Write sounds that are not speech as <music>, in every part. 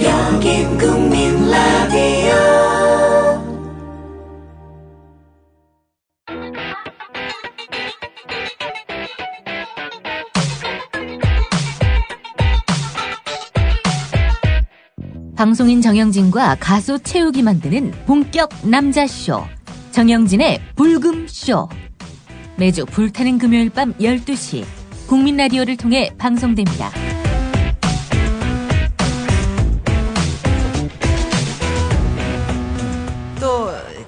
여기 국민 라디오 방송인 정영진과 가수 채욱이 만드는 본격 남자쇼. 정영진의 불금쇼. 매주 불타는 금요일 밤 12시. 국민라디오를 통해 방송됩니다. 또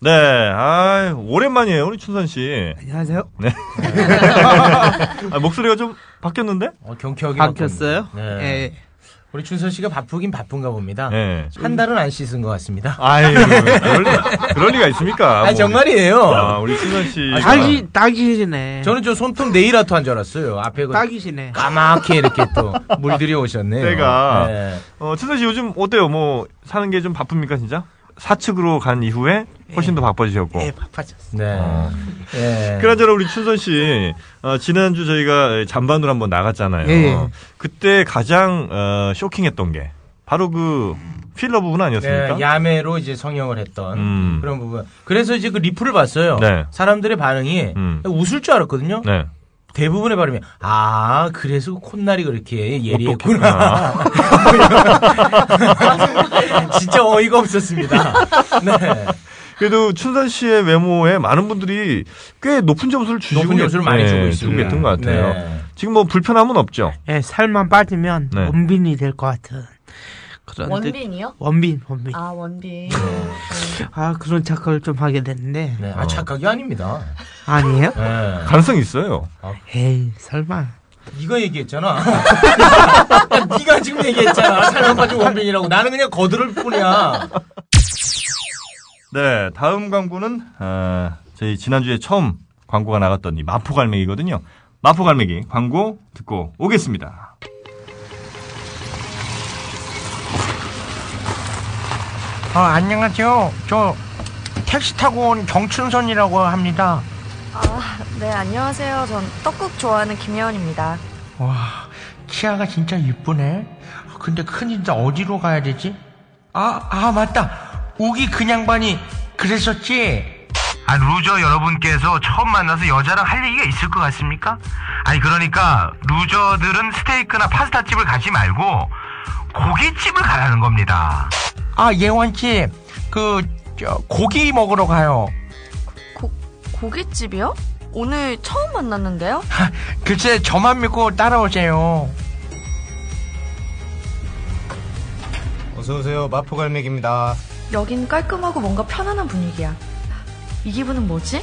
네, 아 오랜만이에요 우리 춘선 씨. 안녕하세요. 음, 아, 목소리가 좀 바뀌었는데? 어, 경쾌하게 바뀌었어요? 예. 바뀌었네요. 네. 우리 춘선 씨가 바쁘긴 바쁜가 봅니다. 네. 한 달은 안 씻은 것 같습니다. 아유, 그럴, 리- 그럴 리가 있습니까? 아, 뭐. 니 정말이에요. 아, 우리 춘선 씨. 딱이 딱이시네. 저는 저 손톱 네일 아트 한 줄 알았어요. 앞에 그 딱이시네. 까맣게 이렇게 또 물들이 오셨네요. 때가. 네. 어, 춘선 씨 요즘 어때요? 뭐 사는 게 좀 바쁩니까 진짜? 사측으로 간 이후에 훨씬 더 바빠지셨고. 예, 바빠졌어. 네. 예. 아. 그나저나 우리 춘선 씨 어, 지난주 저희가 잔반으로 한번 나갔잖아요. 예. 그때 가장 어, 쇼킹했던 게 바로 그 필러 부분 아니었습니까? 네, 야매로 이제 성형을 했던 음. 그런 부분. 그래서 이제 그 리플을 봤어요. 네. 사람들의 반응이 음. 웃을 줄 알았거든요. 네. 대부분의 발음이 아 그래서 콧날이 그렇게 똑똑했구나. 예리했구나. <laughs> 진짜 어이가 없었습니다. <laughs> 네. 그래도 춘선 씨의 외모에 많은 분들이 꽤 높은 점수를 주시고 높은 점수를 많이 주고 있습니다. 던것 같아요. 네. 지금 뭐 불편함은 없죠. 예, 살만 빠지면 네. 원빈이 될 것 같은 그런 느- 원빈이요? 원빈 원빈. 아. 아 원빈. 그런 착각을 좀 하게 됐는데 네. 어. 아 착각이 아닙니다. 아니에요? 네. 가능성 이 있어요. 에이 설마. 네가 얘기했잖아. 네가 지금 얘기했잖아. 살만 빠지고 원빈이라고. 나는 그냥 거들을 뿐이야. 네, 다음 광고는 아, 저희 지난주에 처음 광고가 나갔던 이 마포 갈매기거든요. 마포 갈매기 광고 듣고 오겠습니다. 아, 안녕하세요. 저 택시 타고 온 경춘선이라고 합니다. 네 안녕하세요. 전 떡국 좋아하는 김예원입니다. 와, 치아가 진짜 이쁘네. 아, 근데 큰일이다. 어디로 가야 되지? 아, 아, 맞다. 우기 그냥반이 그랬었지. 아, 루저 여러분께서 처음 만나서 여자랑 할 얘기가 있을 것 같습니까? 아니, 그러니까 루저들은 스테이크나 파스타집을 가지 말고 고깃집을 가라는 겁니다. 아, 예원집. 그, 저, 고기 먹으러 가요. 고 고깃집이요? 오늘 처음 만났는데요? 글쎄 저만 믿고 따라오세요. 어서오세요. 마포갈매기입니다. 여긴 깔끔하고 뭔가 편안한 분위기야. 이 기분은 뭐지?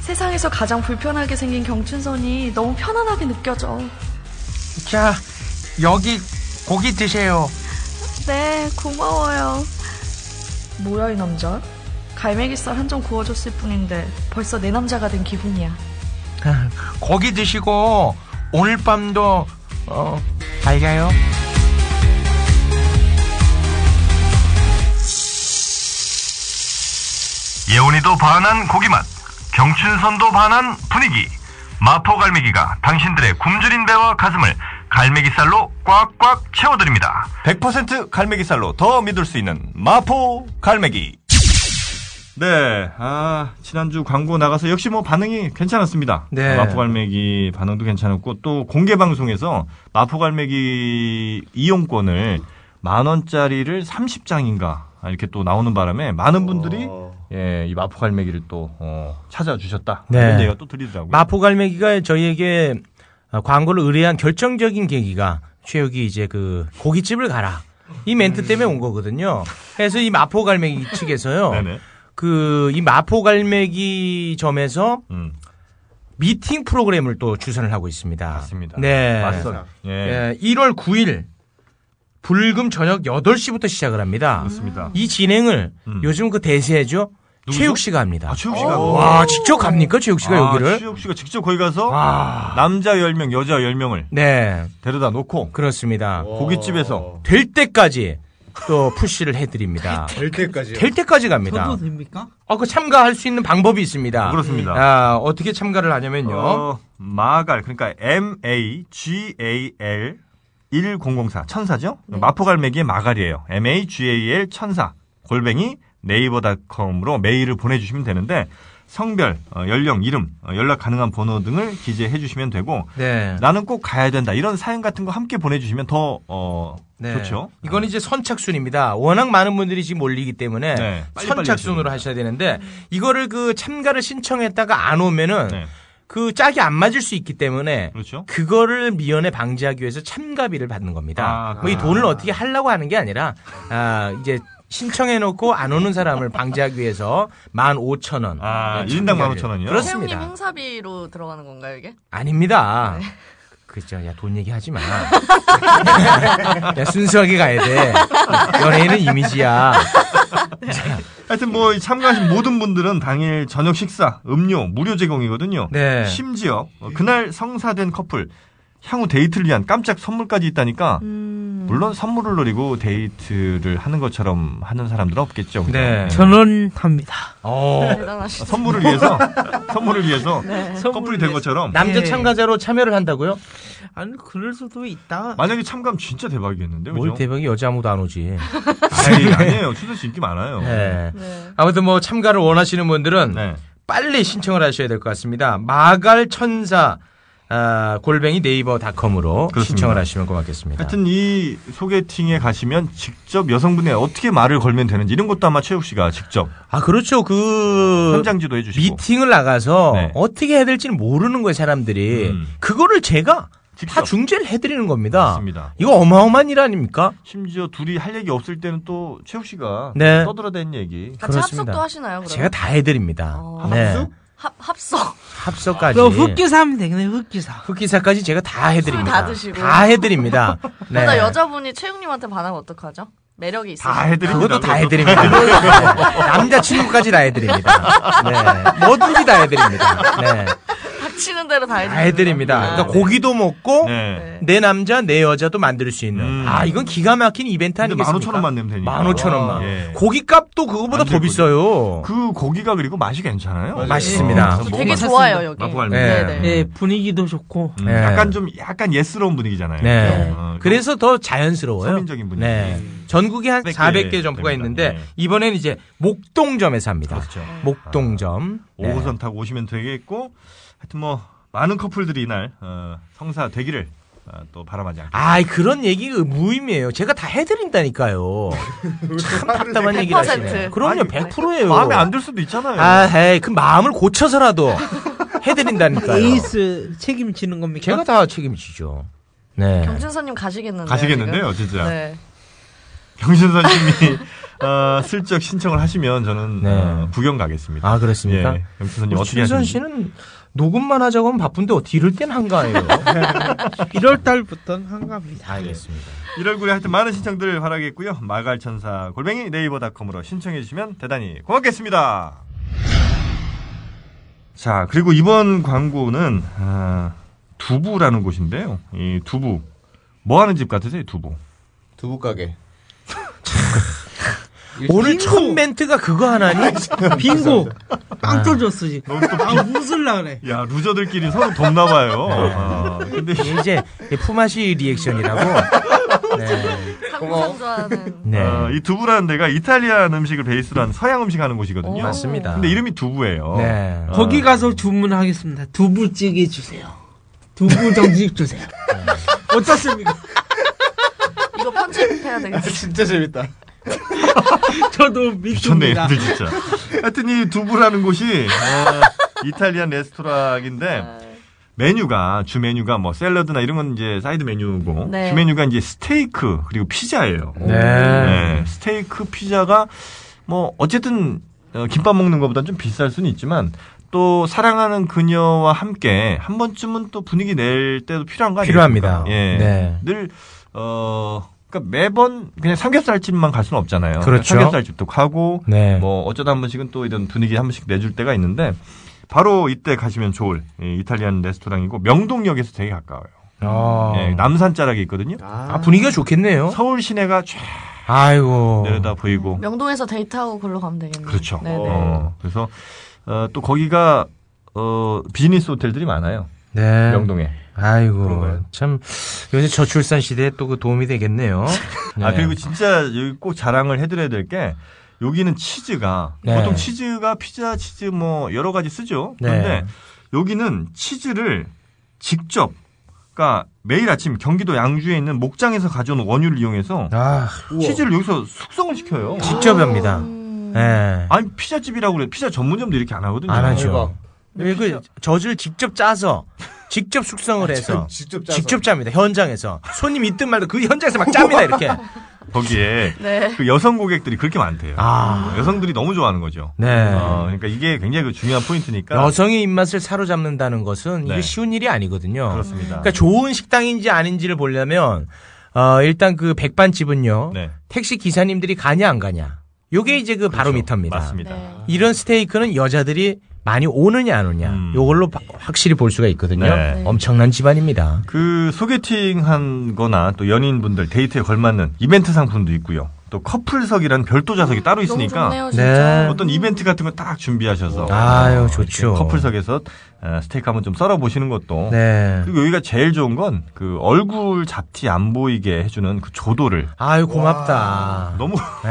세상에서 가장 불편하게 생긴 경춘선이 너무 편안하게 느껴져. 자 여기 고기 드세요. 네 고마워요. 뭐야 이 남자? 갈매기살 한 점 구워줬을 뿐인데 벌써 내 남자가 된 기분이야. 고기 드시고 오늘 밤도 어 밝아요. 예원이도 반한 고기맛, 경춘선도 반한 분위기. 마포갈매기가 당신들의 굶주린 배와 가슴을 갈매기살로 꽉꽉 채워드립니다. 100% 갈매기살로 더 믿을 수 있는 마포 갈매기. 네, 아 지난주 광고 나가서 역시 뭐 반응이 괜찮았습니다. 네. 마포 갈매기 반응도 괜찮았고 또 공개 방송에서 마포 갈매기 이용권을 만 원짜리를 30장인가 이렇게 또 나오는 바람에 많은 분들이 어. 예, 이 마포 갈매기를 또 어, 찾아주셨다. 네. 이런 얘기가 또 들리더라고요. 마포갈매기가 저희에게 어, 광고를 의뢰한 결정적인 계기가 최욱이 이제 그 고깃집을 가라 이 멘트 때문에 온 거거든요. 그래서 이 마포갈매기 <laughs> 측에서요. 네네. 그 이 마포갈매기 점에서 음. 미팅 프로그램을 또 주선을 하고 있습니다. 맞습니다. 네. 맞선. 예. 예, 1월 9일 불금 저녁 8시부터 시작을 합니다. 맞습니다. 음. 이 진행을 요즘 그 대세죠. 최욱 씨가 합니다. 아, 최욱 씨가 합니다. 와, 직접 갑니까? 최욱 씨가 아, 여기를? 최욱 씨가 직접 거기 가서 남자 10명, 여자 10명을 네. 데려다 놓고 그렇습니다. 고깃집에서 될 때까지 또 <laughs> 푸시를 해드립니다. 될 때까지. 될 때까지 갑니다. 네. 됩니까? 어, 그 참가할 수 있는 방법이 있습니다. 그렇습니다. 아, 어떻게 참가를 하냐면요. 어, 마갈 그러니까 M A G A L 1004 천사죠? 네. 마포갈매기의 마갈이에요. M A G A L 천사 골뱅이 네이버닷컴으로 메일을 보내주시면 되는데 성별, 어, 연령, 이름, 어, 연락 가능한 번호 등을 기재해 주시면 되고 네. 나는 꼭 가야 된다 이런 사연 같은 거 함께 보내주시면 더 어, 네. 좋죠. 이건 이제 선착순입니다. 워낙 많은 분들이 지금 몰리기 때문에 네, 빨리빨리 선착순으로 하셔야 되는데 이거를 그 참가를 신청했다가 안 오면은 네. 그 짝이 안 맞을 수 있기 때문에 그렇죠. 거를 미연에 방지하기 위해서 참가비를 받는 겁니다. 아, 뭐이 돈을 어떻게 하려고 하는 게 아니라 아, 이제 신청해놓고 안 오는 사람을 방지하기 위해서 15,000원. 네, 아, 일인당 15,000 원이요? 그렇습니다. 님 행사비로 들어가는 건가요 이게? 네. 아닙니다. 그죠. 야, 돈 얘기하지 마. <laughs> 야, 순수하게 가야 돼. 연예인은 이미지야. 하여튼 뭐 참가하신 모든 분들은 당일 저녁 식사, 음료 무료 제공이거든요. 네. 심지어 어, 그날 성사된 커플 향후 데이트를 위한 깜짝 선물까지 있다니까. 물론 선물을 노리고 데이트를 하는 것처럼 하는 사람들은 없겠죠. 그죠? 네. 저는 합니다. 네, 어, 대단하시다. 선물을 위해서 선물을 위해서 네. 커플이 된 것처럼 남자 참가자로 참여를 한다고요? 아니 그럴 수도 있다. 만약에 참가하면 진짜 대박이겠는데. 뭘 그죠? 대박이 여자 아무도 안 오지. 아니, 아니에요. 추선 씨 인기 많아요. 네. 네. 아무튼 뭐 참가를 원하시는 분들은 빨리 신청을 하셔야 될 것 같습니다. 마갈천사 아, 골뱅이 네이버닷컴으로 신청을 하시면 고맙겠습니다. 하여튼 이 소개팅에 가시면 직접 여성분이 어떻게 말을 걸면 되는지 이런 것도 아마 최욱 씨가 직접 아 그렇죠 그 현장지도 해주시고 네. 미팅을 나가서 어떻게 해야 될지는 모르는 거예요 사람들이 음. 그거를 제가 다 중재를 해드리는 겁니다. 이거 어마어마한 일 아닙니까? 심지어 둘이 할 얘기 없을 때는 또 최욱 씨가 네. 떠들어댄 얘기 같이 그렇습니다. 합석도 하시나요, 그러면? 제가 다 해드립니다. 어. 네. 합숙? 합 합석. 합석까지. 너 흑기사 하면 되겠네 흑기사. 흑기사까지 제가 다 해드립니다. 다 드시고. <laughs> 해드립니다. 네. 그러다 여자분이 최욱님한테 반하면 어떡하죠? 매력이 있어요. 그것도 다 <laughs> 해드립니다. 네. 남자친구까지 다 해드립니다. 네. 뭐든지 다 해드립니다. 네. 닥치는 대로 다 해드립니다. 다 해드립니다. 그러니까 네. 고기도 먹고 네. 내 남자 내 여자도 만들 수 있는. 아 이건 기가 막힌 이벤트 음. 근데 아니겠습니까? 15,000원만 내면 되니까. 15,000원만. 예. 고기값도 그거보다 더 비싸요. 그 고기가 그리고 맛이 괜찮아요. 맛있습니다. 어, 되게 너무 좋아요, 맛있습니다. 여기. 마포갈비. 네, 네. 분위기도 좋고. 음, 약간 좀 약간 예스러운 분위기잖아요. 네. 어, 그래서 더 자연스러워요. 서민적인 분위기. 네. 전국에 한 400개, 400개 됩니다. 점포가 네. 있는데 이번엔 이제 목동점에서 합니다. 목동점. 그렇죠. 네. 5호선 타고 그렇죠. 아, 오시면 되겠고 하여튼 뭐 많은 커플들이 이날 어, 성사 되기를 어, 또 바라마지 않게. 아, 그런 얘기 무의미해요. 제가 <laughs> 다 해드린다니까요. 참 답답한 100%. 얘기를 하시네요. 그럼요, 100%예요. 마음에 안 들 수도 있잖아요. 아, 에이, 그 <laughs> 마음을 고쳐서라도 해드린다니까요. 에이스 책임지는 겁니까? 제가 다 책임지죠. 네. 경준서님 가시겠는데요? 가시겠는데요, 지금? 진짜. 네. 경신선 님이 <laughs> 어, 슬쩍 신청을 하시면 저는 어, 구경 가겠습니다. 네. 아, 그렇습니까? 예, 경신선 님 우리 어떻게 준선 하시는지. 씨는 녹음만 하자고 하면 바쁜데 어떻게 이럴 땐 한가해요. <laughs> 1월 달부터는 한갑니다. 알겠습니다. 1월 9일 하여튼 많은 신청들 바라겠고요. 마갈천사 골뱅이 네이버닷컴으로 신청해 주시면 대단히 고맙겠습니다. 자, 그리고 이번 광고는 아, 두부라는 곳인데요. 이 두부 뭐 하는 집 같으세요? 두부. 두부 가게. 오늘 첫 멘트가 그거 <laughs> 하나니? <laughs> 빙고. 빵 아. 터졌어 지금. 아 웃을라 그래. <laughs> 야 루저들끼리 서로 돕나 봐요. 네. 아, 근데 이제 품앗이 <laughs> 리액션이라고. 고마워. 좋아하는. 네. 어, 이 두부라는 데가 이탈리안 음식을 베이스로 한 서양 음식 하는 곳이거든요. 오. 맞습니다. 아, 근데 이름이 두부예요. 네. 어, 거기 가서 주문하겠습니다. 두부찌개 주세요. 두부 정식 주세요. 음. 어떻습니까? <laughs> 이거 편집해야 되겠어. 진짜 재밌다. 저도 미쳤네 미쳤습니다. 얘들 진짜. <laughs> 하여튼 이 두부라는 곳이 어, 이탈리안 네. 레스토랑인데 메뉴가 주 메뉴가 뭐 샐러드나 이런 건 이제 사이드 메뉴고 네. 주 메뉴가 이제 스테이크 그리고 피자예요. 네. 스테이크 피자가 뭐 어쨌든 어, 김밥 먹는 것보다 좀 비쌀 수는 있지만 또 사랑하는 그녀와 함께 한 번쯤은 또 분위기 낼 때도 필요한 거 아니에요? 필요합니다. 예. 네. 늘 어. 그러니까 매번 그냥 삼겹살집만 갈 수는 없잖아요. 그렇죠. 삼겹살집도 가고 네. 뭐 어쩌다 한 번씩은 또 이런 분위기 한 번씩 내줄 때가 있는데 바로 이때 가시면 좋을 예, 이탈리안 레스토랑이고 명동역에서 되게 가까워요. 아. 예, 남산자락이 있거든요. 아, 분위기가 좋겠네요. 서울 시내가 쫙 아이고. 내려다 보이고 명동에서 데이트하고 글로 가면 되겠네요. 그렇죠. 네네. 어, 그래서 어, 또 거기가 어, 비즈니스 호텔들이 많아요. 네. 명동에. 아이고. 참, 요새 저출산 시대에 또 그 도움이 되겠네요. <laughs> 아 네. 그리고 진짜 여기 꼭 자랑을 해드려야 될 게 여기는 치즈가 네. 보통 치즈가 피자 치즈 뭐 여러 가지 쓰죠. 네. 그런데 여기는 치즈를 직접 그러니까 매일 아침 경기도 양주에 있는 목장에서 가져온 원유를 이용해서 아, 치즈를 여기서 숙성을 시켜요. 직접 합니다. 예. 아니 피자집이라고 그래 피자 전문점도 이렇게 안 하거든요. 안 하죠. 그 젖을 직접 짜서 직접 숙성을 해서 직접 아, 짜서. 짭니다. 현장에서 손님 있든 말든 그 현장에서 <laughs> 막 짭니다 이렇게. 그러니까. 거기에 네. 그 여성 고객들이 그렇게 많대요. 아. 여성들이 너무 좋아하는 거죠. 네. 어, 그러니까 이게 굉장히 그 중요한 포인트니까. 여성의 입맛을 사로잡는다는 것은 네. 이게 쉬운 일이 아니거든요. 그렇습니다. 그러니까 좋은 식당인지 아닌지를 보려면 어, 일단 그 백반집은요. 네. 택시 기사님들이 가냐 안 가냐. 요게 이제 그 바로미터입니다. 그렇죠. 맞습니다. 이런 스테이크는 여자들이 많이 오느냐 안 오냐. 요걸로 바- 확실히 볼 수가 있거든요. 음. 네. 엄청난 집안입니다. 그 소개팅 한 거나 또 연인분들 데이트에 걸맞는 이벤트 상품도 있고요. 또 커플석이라는 별도 좌석이 따로 있으니까 좋네요, 진짜. 네. 어떤 이벤트 같은 거 딱 준비하셔서 아유, 어, 좋죠. 이렇게 커플석에서 어, 스테이크 한번 좀 썰어 보시는 것도 네. 그리고 여기가 제일 좋은 건 그 얼굴 잡티 안 보이게 해주는 그 조도를 아유 고맙다. 네. 너무 <laughs>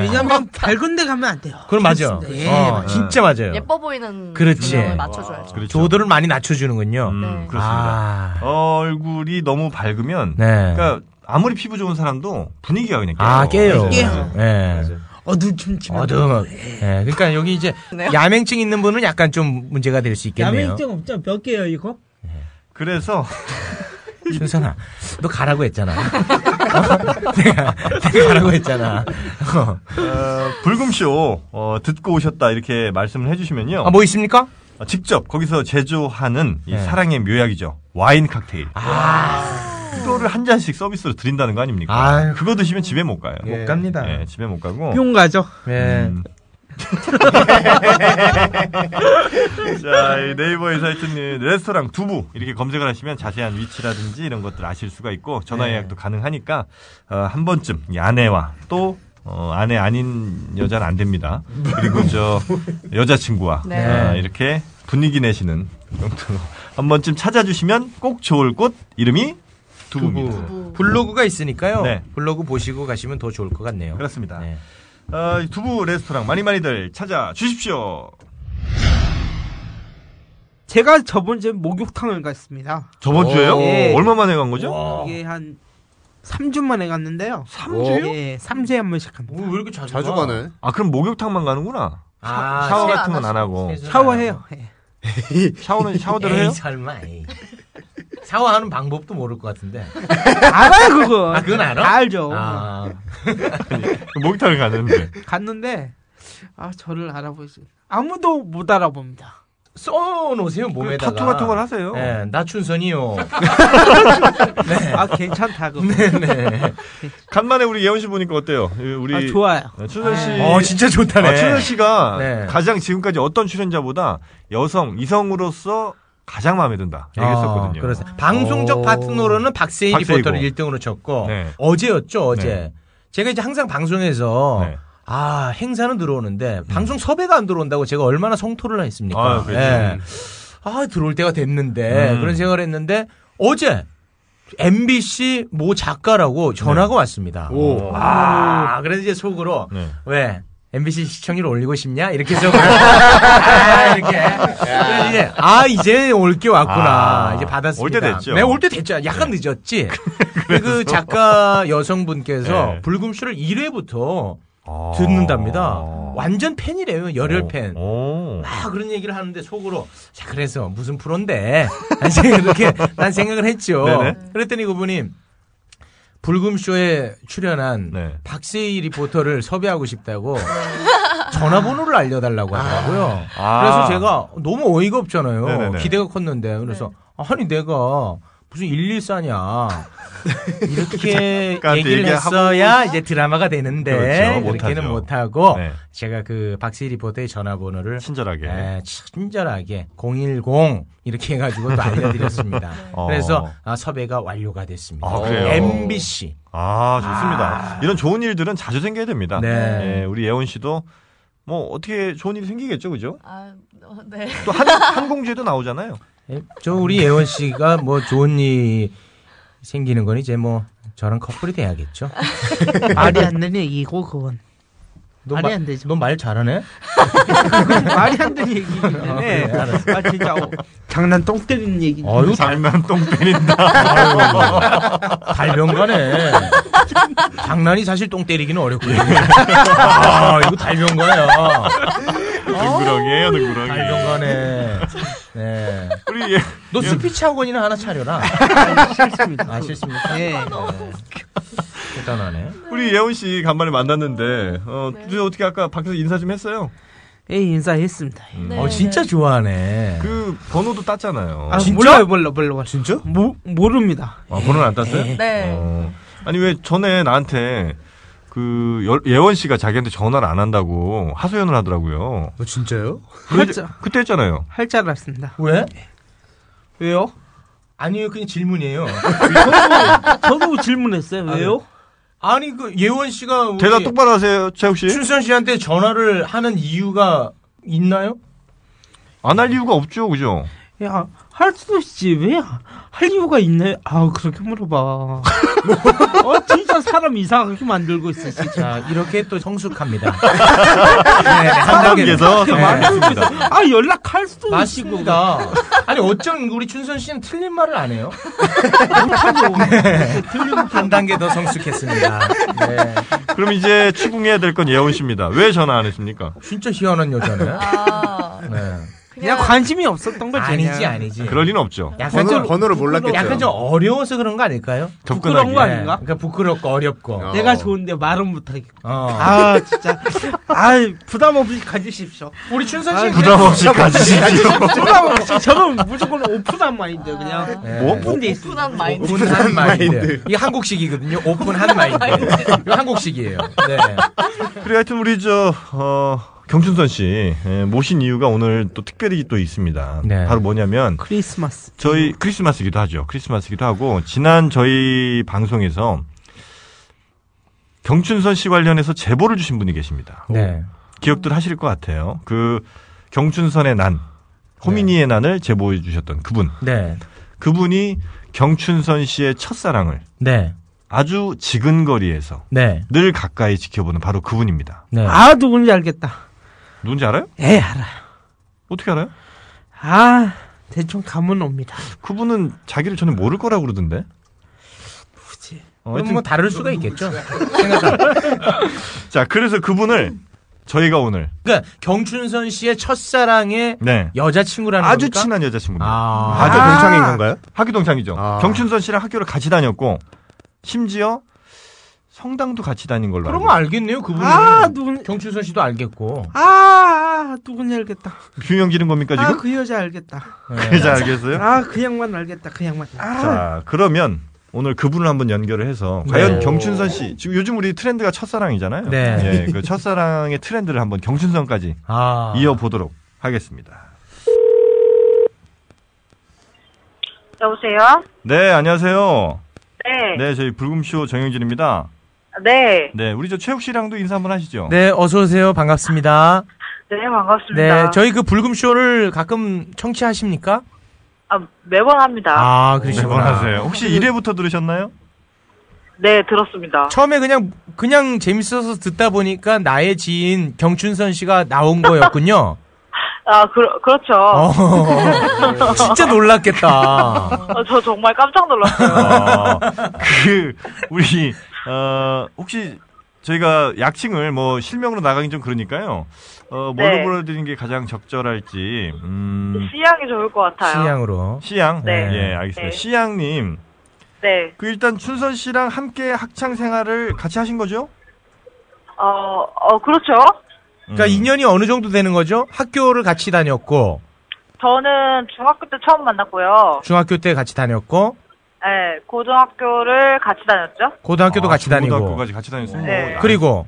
왜냐면 밝은 데 가면 안 돼요. 그건 맞아. 그렇습니다. 예. 어, 진짜 맞아요. 예뻐 보이는 그렇지. 음, 조명을 맞춰줘야죠. 조도를 많이 낮춰주는군요. 음, 아. 그렇습니다. 얼굴이 너무 밝으면 네. 그러니까 아무리 피부 좋은 사람도 분위기가 그냥 깨요. 아, 깨요. 맞아요. 예. 어둠 좀 지면 뭐 어둠. 예. 그러니까 여기 이제 야맹증 있는 분은 약간 좀 문제가 될 수 있겠네요. 야맹증 없죠? 몇 개요 이거? 그래서 순선아, 너 가라고 했잖아. <laughs> 내가, 내가 가라고 했잖아. 어, 불금쇼 어, 듣고 오셨다 이렇게 말씀을 해주시면요. 아, 뭐 있습니까? 직접 거기서 제조하는 이 네. 아. 사랑의 묘약이죠. 와인 칵테일. 이거를 한 잔씩 서비스로 드린다는 거 아닙니까? 그거 드시면 집에 못 가요. 못 갑니다. 예, 집에 못 가고. 뿅 가죠. 예. 음, <laughs> 자, 이 네이버에 사이트는 레스토랑 두부 이렇게 검색을 하시면 자세한 위치라든지 이런 것들 아실 수가 있고 전화 네. 예약도 가능하니까 어, 한 번쯤 이 아내와 또 어, 아내 아닌 여자는 안 됩니다. 그리고 저 여자친구와 네. 어, 이렇게 분위기 내시는 정도로 한 번쯤 찾아주시면 꼭 좋을 곳 이름이 두부입니다. 블로그가 있으니까요. 네. 블로그 보시고 가시면 더 좋을 것 같네요. 그렇습니다. 어, 이 두부 레스토랑 많이 많이들 찾아주십시오. 제가 저번 주에 목욕탕을 갔습니다. 저번 주에요? 예. 얼마 만에 간 거죠? 이게 한 3주 만에 갔는데요. 어. 3주요? 예, 3주에 한 번씩 갑니다. 뭐 왜 이렇게 자주, 가? 아 그럼 목욕탕만 가는구나. 샤- 아, 샤워 세수 같은 안 건 안 하고. 샤워해요. 예. <laughs> 샤워는 샤워대로 에이, 해요? 설마. 에이. 샤워하는 방법도 모를 것 같은데. 알아요, 그거. 아, 그건 알아? 다 알죠. 아. 목욕탕을 가는데. 갔는데 아 저를 알아보지 아무도 못 알아봅니다. 써놓으세요 그 몸에다가. 타투 같은 걸 하세요. 네, 나춘선이요. 아 괜찮다 그거. 네네. 간만에 우리 예원 씨 보니까 어때요? 예, 우리 아, 좋아요. 어, 춘선 씨. 네. 어, 진짜 좋다네. 아, 춘선 씨가 네. 가장 지금까지 어떤 출연자보다 여성 이성으로서 가장 마음에 든다 얘기했었거든요. 아, 그래서 방송적 오. 파트너로는 박세희 박세희 리포터를 고. 네. 1등으로 쳤고 어제였죠 어제 제가 이제 항상 방송에서 네. 아 행사는 들어오는데 방송 섭외가 안 들어온다고 제가 얼마나 성토를 했습니까? 아유, 그렇죠. 예. 아 들어올 때가 됐는데 음. 그런 생각을 했는데 어제 MBC 모 작가라고 전화가 왔습니다. 네. 오. 아 그래서 이제 속으로 네. 왜? MBC 시청률 올리고 싶냐? 이렇게 해서. <laughs> 아, 이렇게. 그래서 이제, 아, 이제 올 게 왔구나. 아, 이제 받았습니다. 올때 됐죠. 네, 올 때 됐죠. 약간 <laughs> 늦었지. 그 작가 여성분께서 네. 불금쇼를 1회부터 아. 듣는답니다. 어. 완전 팬이래요. 열혈 팬. 음. 막 그런 얘기를 하는데 속으로 자 그래서 무슨 프로인데 <laughs> 난 생각- 이렇게 난 생각을 했죠. 네네. 그랬더니 그분이 네. 불금쇼에 출연한 박세희 리포터를 섭외하고 싶다고 전화번호를 알려달라고 하더라고요. 아. 그래서 제가 너무 어이가 없잖아요. 네네네. 기대가 컸는데 그래서 아니 내가 무슨 114냐 <laughs> 이렇게 그 얘기를 얘기하고 했어야 이제 드라마가 되는데 그렇죠. 이렇게는 못하죠. 네. 못하고 제가 그 박씨 리포터의 전화번호를 예, 친절하게 예. 친절하게 010 이렇게 해가지고 <laughs> 또 알려드렸습니다. 어. 그래서 아, 섭외가 완료가 됐습니다. 아, 그래요? MBC 아, 좋습니다. 이런 좋은 일들은 자주 생겨야 됩니다. 네. 예, 우리 예원 씨도 뭐 어떻게 좋은 일이 생기겠죠, 그죠? <laughs> 아, 어, 네. 또 한, 한공주에도 나오잖아요. 저 우리 예원 씨가 뭐 좋은 일 생기는 건 이제 뭐 저랑 커플이 돼야겠죠. 말이 안 되는 얘기고 그건. 말이 안 뭐. 되죠. 넌말 아, 잘하네. 말이 안 되는 얘기기 아, 때문에. 그래, 알았어. 어. 아, 진짜 어, 장난 똥 때리는 얘기. 아유, 장난 똥 때린다. 달병가네. 장난이 사실 똥 때리기는 예. 어렵고요. 아, 이거 달병가야. 아, 능구렁이에요, 능구렁이. 달병가네. 네. 우리 예, 너 스피치 학원이나 하나 차려라. 싫습니다. 아, 싫습니다. <laughs> 예. 대단하네. 우리 예원 씨 간만에 만났는데 어, 저 어떻게 아까 밖에서 인사 좀 했어요? 예, 인사했습니다. 어, 진짜 좋아하네. 그 번호도 땄잖아요. 아, 몰라요, 몰라, 몰라. 진짜? 모, 모릅니다. 아, 번호는 안 땄어요? 네. 어. 아니 왜 전에 나한테 그 여- 예원 씨가 자기한테 전화를 안 한다고 하소연을 하더라고요. 진짜요? 할줄 그때 했잖아요. 할 줄 알았습니다. 왜? 왜요? 아니에요, 그냥 질문이에요. <laughs> 저도 질문했어요. 왜요? 아니, 그 예원 씨가 우리 네. 대답 똑바로 하세요, 최욱 씨. 춘선 씨한테 전화를 하는 이유가 있나요? 안 할 이유가 없죠, 그죠? 야, 할 수도 있지. 왜? 할 이유가 있네. 아, 그렇게 물어봐. 어, 진짜 사람 이상하게 만들고 있어, 진짜. 자, 이렇게 <laughs> 또 성숙합니다. 사단계에서 네. 만들고 있어. 아, 연락할 수도 있고. 맞습니다. 아니 어쩜 우리 춘선 씨는 틀린 말을 안 해요? 뭐. 한 단계 더 성숙했습니다. 네. 그럼 이제 추궁해야 될 건 예원 씨입니다. 왜 전화 안 했습니까? 진짜 희한한 여자네. 아, 네. 그냥 관심이 없었던 거지. 아니지 그냥. 아니지. 예. 그럴 리는 없죠. 약간 번호- 좀 번호를 몰랐겠죠. 약간 좀 어려워서 그런 거 아닐까요? 부끄러운 거 접근하기. 아닌가? 그러니까 부끄럽고 어렵고. 내가 좋은데 말은 못하겠고. 어. 아, 진짜. 아, 부담 없이 가지십시오. 우리 춘선 아, 씨 부담 없이 가지시죠. 부담 없이. 저는 무조건 오픈한 마인드, 그냥. 뭐, 오픈돼 있어. 푸한 마인드. 아. 예. 오픈한 마인드. 이게 한국식이거든요. 오픈한 마인드. 이거 한국식이에요. 네. <laughs> 그래 하여튼 우리 저 어, 경춘선 씨 예, 모신 이유가 오늘 또 특별히 또 있습니다. 네. 바로 뭐냐면 크리스마스. 저희 크리스마스기도 하죠. 크리스마스기도 하고 지난 저희 방송에서 경춘선 씨 관련해서 제보를 주신 분이 계십니다. 네. 기억들 하실 것 같아요. 그 경춘선의 난 호민이의 난을 제보해 주셨던 그분. 네. 그분이 경춘선 씨의 첫사랑을 네. 아주 지근거리에서 네. 늘 가까이 지켜보는 바로 그분입니다. 네. 아, 누군지 알겠다. 누군지 알아요? 예, 알아요. 어떻게 알아요? 아, 대충 감은 옵니다. 그분은 자기를 전혀 모를 거라고 그러던데. 그치. 어, 그럼 하여튼 뭐 다를 수가 있겠죠. 자, 그래서 그분을 저희가 오늘 그러니까 경춘선 씨의 첫사랑의 네. 여자친구라는 아주 겁니까? 친한 여자친구입니다. 아. 아주 동창인 건가요? 학교 동창이죠. 아. 경춘선 씨랑 학교를 같이 다녔고 심지어 성당도 같이 다닌 걸로 그럼 알고. 알겠네요. 그분은 아, 누군, 경춘선 씨도 알겠고. 아, 아, 누군지 알겠다. 균형 기는 겁니까 아, 지금? 그 여자 알겠다. 그... 래서 알겠어요. 아, 그 양만 알겠다. 그 양만. 아, 자, 그러면 오늘 그분을 한번 연결을 해서 과연 경춘선 씨 지금 요즘 우리 트렌드가 첫사랑이잖아요. 네. 예, 그 첫사랑의 트렌드를 한번 경춘선까지 아. 이어보도록 하겠습니다. 여보세요? 네, 안녕하세요. 네. 네. 네, 저희 불금쇼 정영진입니다. 네, 우리 저 최욱 씨랑도 인사 한번 하시죠. 네, 어서 오세요. 반갑습니다. 네, 반갑습니다. 네, 저희 그 불금 쇼를 가끔 청취하십니까? 아, 매번 합니다. 아, 매번 그러시구나. 하세요. 혹시 1회부터 <laughs> 들으셨나요? 네, 들었습니다. 아. 처음에 그냥 그냥 재밌어서 듣다 보니까 나의 지인 경춘선 씨가 나온 거였군요. 아, 그, <laughs> 그렇죠. 어, 진짜 놀랐겠다. 어, 저 정말 <laughs> 깜짝 놀랐어요. 아, 그 우리 어, 혹시 저희가 약칭을 뭐 실명으로 나가긴 좀 그러니까요. 어, 뭘로 네. 불러드리는 게 가장 적절할지. 음, 시향이 좋을 것 같아요. 신양으로. 시양. 네. 예, 알겠습니다. 네. 시양님. 네. 그 일단 춘선 씨랑 함께 학창 생활을 같이 하신 거죠? 어, 어, 그렇죠. 그러니까 음. 인연이 어느 정도 되는 거죠? 학교를 같이 다녔고 저는 중학교 때 처음 만났고요. 중학교 때 같이 다녔고 네, 고등학교를 같이 다녔죠. 고등학교도 같이 다니고 아, 중고등학교까지 같이 다녔어요. 네. 그리고